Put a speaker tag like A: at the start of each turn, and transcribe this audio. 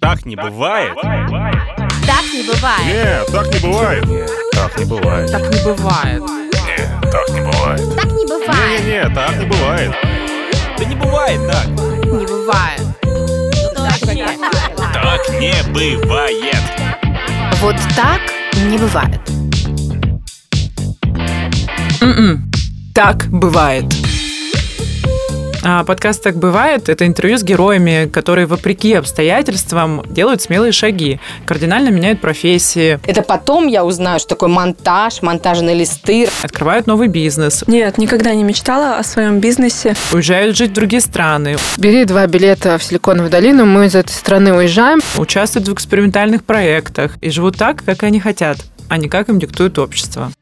A: Так не бывает.
B: Так не бывает.
C: Не, так не бывает.
A: Нет, так не бывает.
D: Так не бывает.
C: Не, так не бывает.
B: Так не бывает.
C: Не-не-не, так не бывает.
A: Да не бывает так.
D: Не бывает.
A: Так не бывает.
B: Вот так не бывает.
D: М-м. Так бывает. А, Подкаст «Так бывает» — это интервью с героями, которые, вопреки обстоятельствам, делают смелые шаги, кардинально меняют профессии,
E: Это потом я узнаю, что такое монтаж, монтажные листы.
D: открывают новый бизнес,
F: Нет, никогда не мечтала о своем бизнесе.
D: уезжают жить в другие страны,
G: Бери два билета в Силиконовую долину, мы из этой страны уезжаем.
D: участвуют в экспериментальных проектах и живут так, как они хотят, а не как им диктует общество.